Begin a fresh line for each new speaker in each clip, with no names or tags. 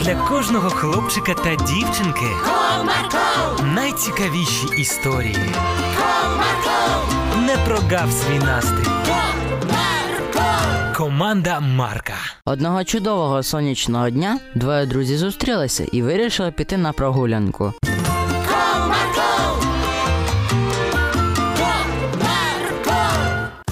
для кожного хлопчика та дівчинки
Comarco,
найцікавіші історії.
Comarco,
Не прогав свій настрій.
Comarco.
Команда Марка.
Одного чудового сонячного дня двоє друзів зустрілися і вирішили піти на прогулянку.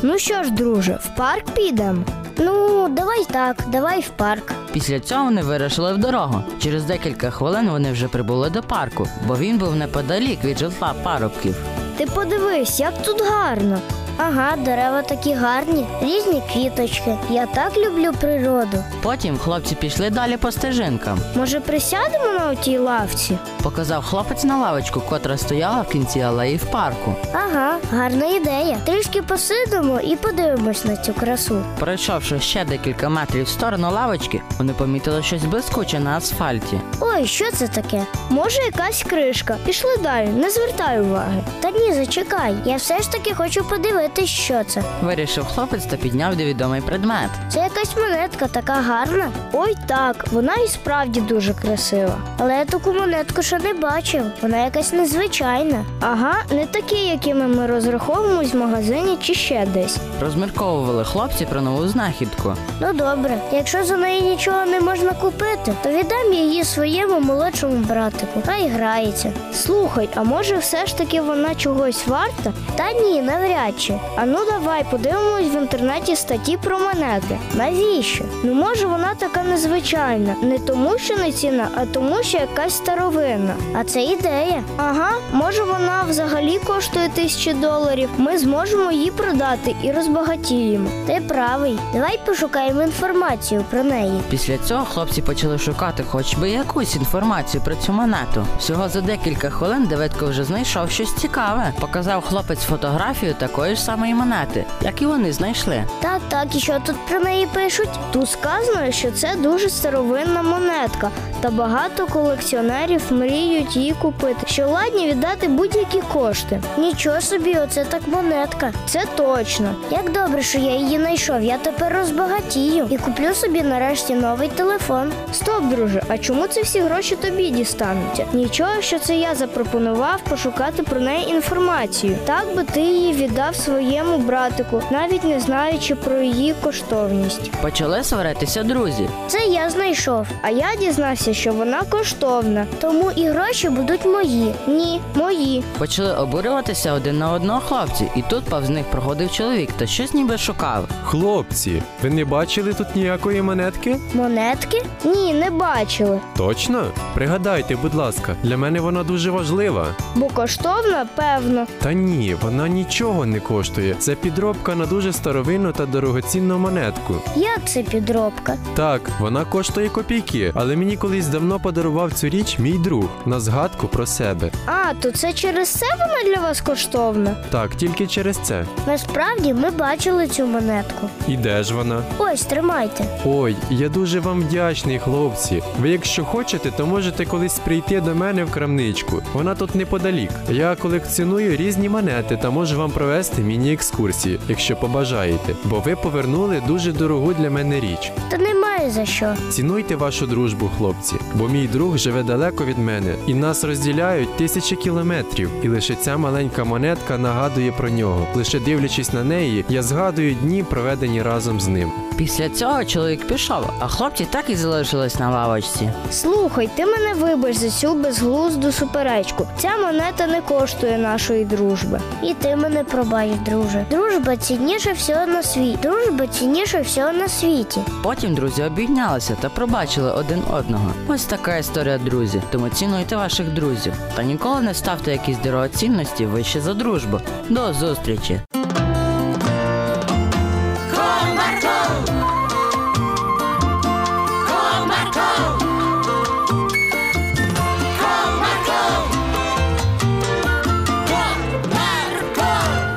Ну що ж, друже, в парк підем. Ну, давай так, давай в парк.
Після цього вони вирішили в дорогу. Через декілька хвилин вони вже прибули до парку, бо він був неподалік від житла парубків.
Ти подивись, як тут гарно. Ага, дерева такі гарні, різні квіточки. Я так люблю природу.
Потім хлопці пішли далі по стежинкам.
Може, присядемо на отій лавці?
Показав хлопець на лавочку, котра стояла в кінці алеї в парку.
Ага, гарна ідея. Трішки посидимо і подивимось на цю красу.
Пройшовши ще декілька метрів в сторону лавочки, вони помітили щось блискуче на асфальті.
Ой, що це таке? Може, якась кришка. Пішли далі, не звертай уваги. Та ні, зачекай. Я все ж таки хочу подивитись, що це.
Вирішив хлопець та підняв невідомий предмет.
Це якась монетка така гарна. Ой, так, вона і справді дуже красива. Але я таку монетку ще не бачив. Вона якась незвичайна. Ага, не такі, якими ми розраховуємось в магазині чи ще десь.
Розмірковували хлопці про нову знахідку.
Ну добре, якщо за неї нічого не можна купити, то віддам її своєму молодшому братику. Хай грається. Слухай, а може все ж таки вона чогось варта? Та ні, навряд чи. А ну давай подивимось в інтернеті статті про монети. Навіщо? Ну може вона така незвичайна. Не тому, що не ціна, а тому, що якась старовина. А це ідея. Ага, може вона взагалі коштує тисячі доларів. Ми зможемо її продати і розбагатіємо. Ти правий. Давай пошукаємо інформацію про неї.
Після цього хлопці почали шукати хоч би якусь інформацію про цю монету. Всього за декілька хвилин Давидко вже знайшов щось цікаве. Показав хлопець фотографію такої ж самої монети, як і вони знайшли.
Так, так, і що тут про неї пишуть? Тут сказано, що це дуже старовинна монетка, та багато колекціонерів мріють її купити, що ладні віддати будь-які кошти. Нічого собі, оце так монетка. Це точно. Як добре, що я її знайшов. Я тепер розбагатію і куплю собі нарешті новий телефон. Стоп, друже, а чому це всі гроші тобі дістануться? Нічого, що це я запропонував пошукати про неї інформацію. Так би ти її віддав своєму братику, навіть не знаючи про її коштовність.
Почали сваритися друзі.
Це я знайшов, а я дізнався, що вона коштовна, тому і гроші будуть мої. Ні, мої.
Почали обурюватися один на одного хлопці, і тут повз них проходив чоловік та щось ніби шукав.
Хлопці, ви не бачили тут ніякої монетки?
Монетки? Ні, не бачили.
Точно? Пригадайте, будь ласка, для мене вона дуже важлива.
Бо коштовна, певно.
Та ні, вона нічого не коштує. Це підробка на дуже старовинну та дорогоцінну монетку.
Як це підробка?
Так, вона коштує копійки, але мені колись давно подарував цю річ мій друг на згадку про себе.
А, то це через це вона для вас коштовна?
Так, тільки через це.
Насправді ми бачили цю монетку.
І де ж вона?
Ось тримайте.
Ой, я дуже вам вдячний, хлопці. Ви, якщо хочете, то можете колись прийти до мене в крамничку. Вона тут неподалік. Я колекціоную різні монети та можу вам провести міні-екскурсії, якщо побажаєте, бо ви повернули дуже дорогу для мене річ.
Та немає за що.
Цінуйте вашу дружбу, хлопці, бо мій друг живе далеко від мене, і нас розділяють тисячі кілометрів. І лише ця маленька монетка нагадує про нього. Лише дивлячись на неї, я згадую дні, проведені разом з ним.
Після цього чоловік пішов, а хлопці так і залишились на лавочці.
Слухай, ти мене вибач за цю безглузду суперечку. Ця монета не коштує нашої дружби. І ти мене пробач, друже. Дружба цінніше всього на світі. Дружба цінніше всього на світі.
Потім друзі обійнялися та пробачили один одного. Ось така історія, друзі. Тому цінуйте ваших друзів та ніколи не ставте якісь дорогоцінності вище за дружбу. До зустрічі!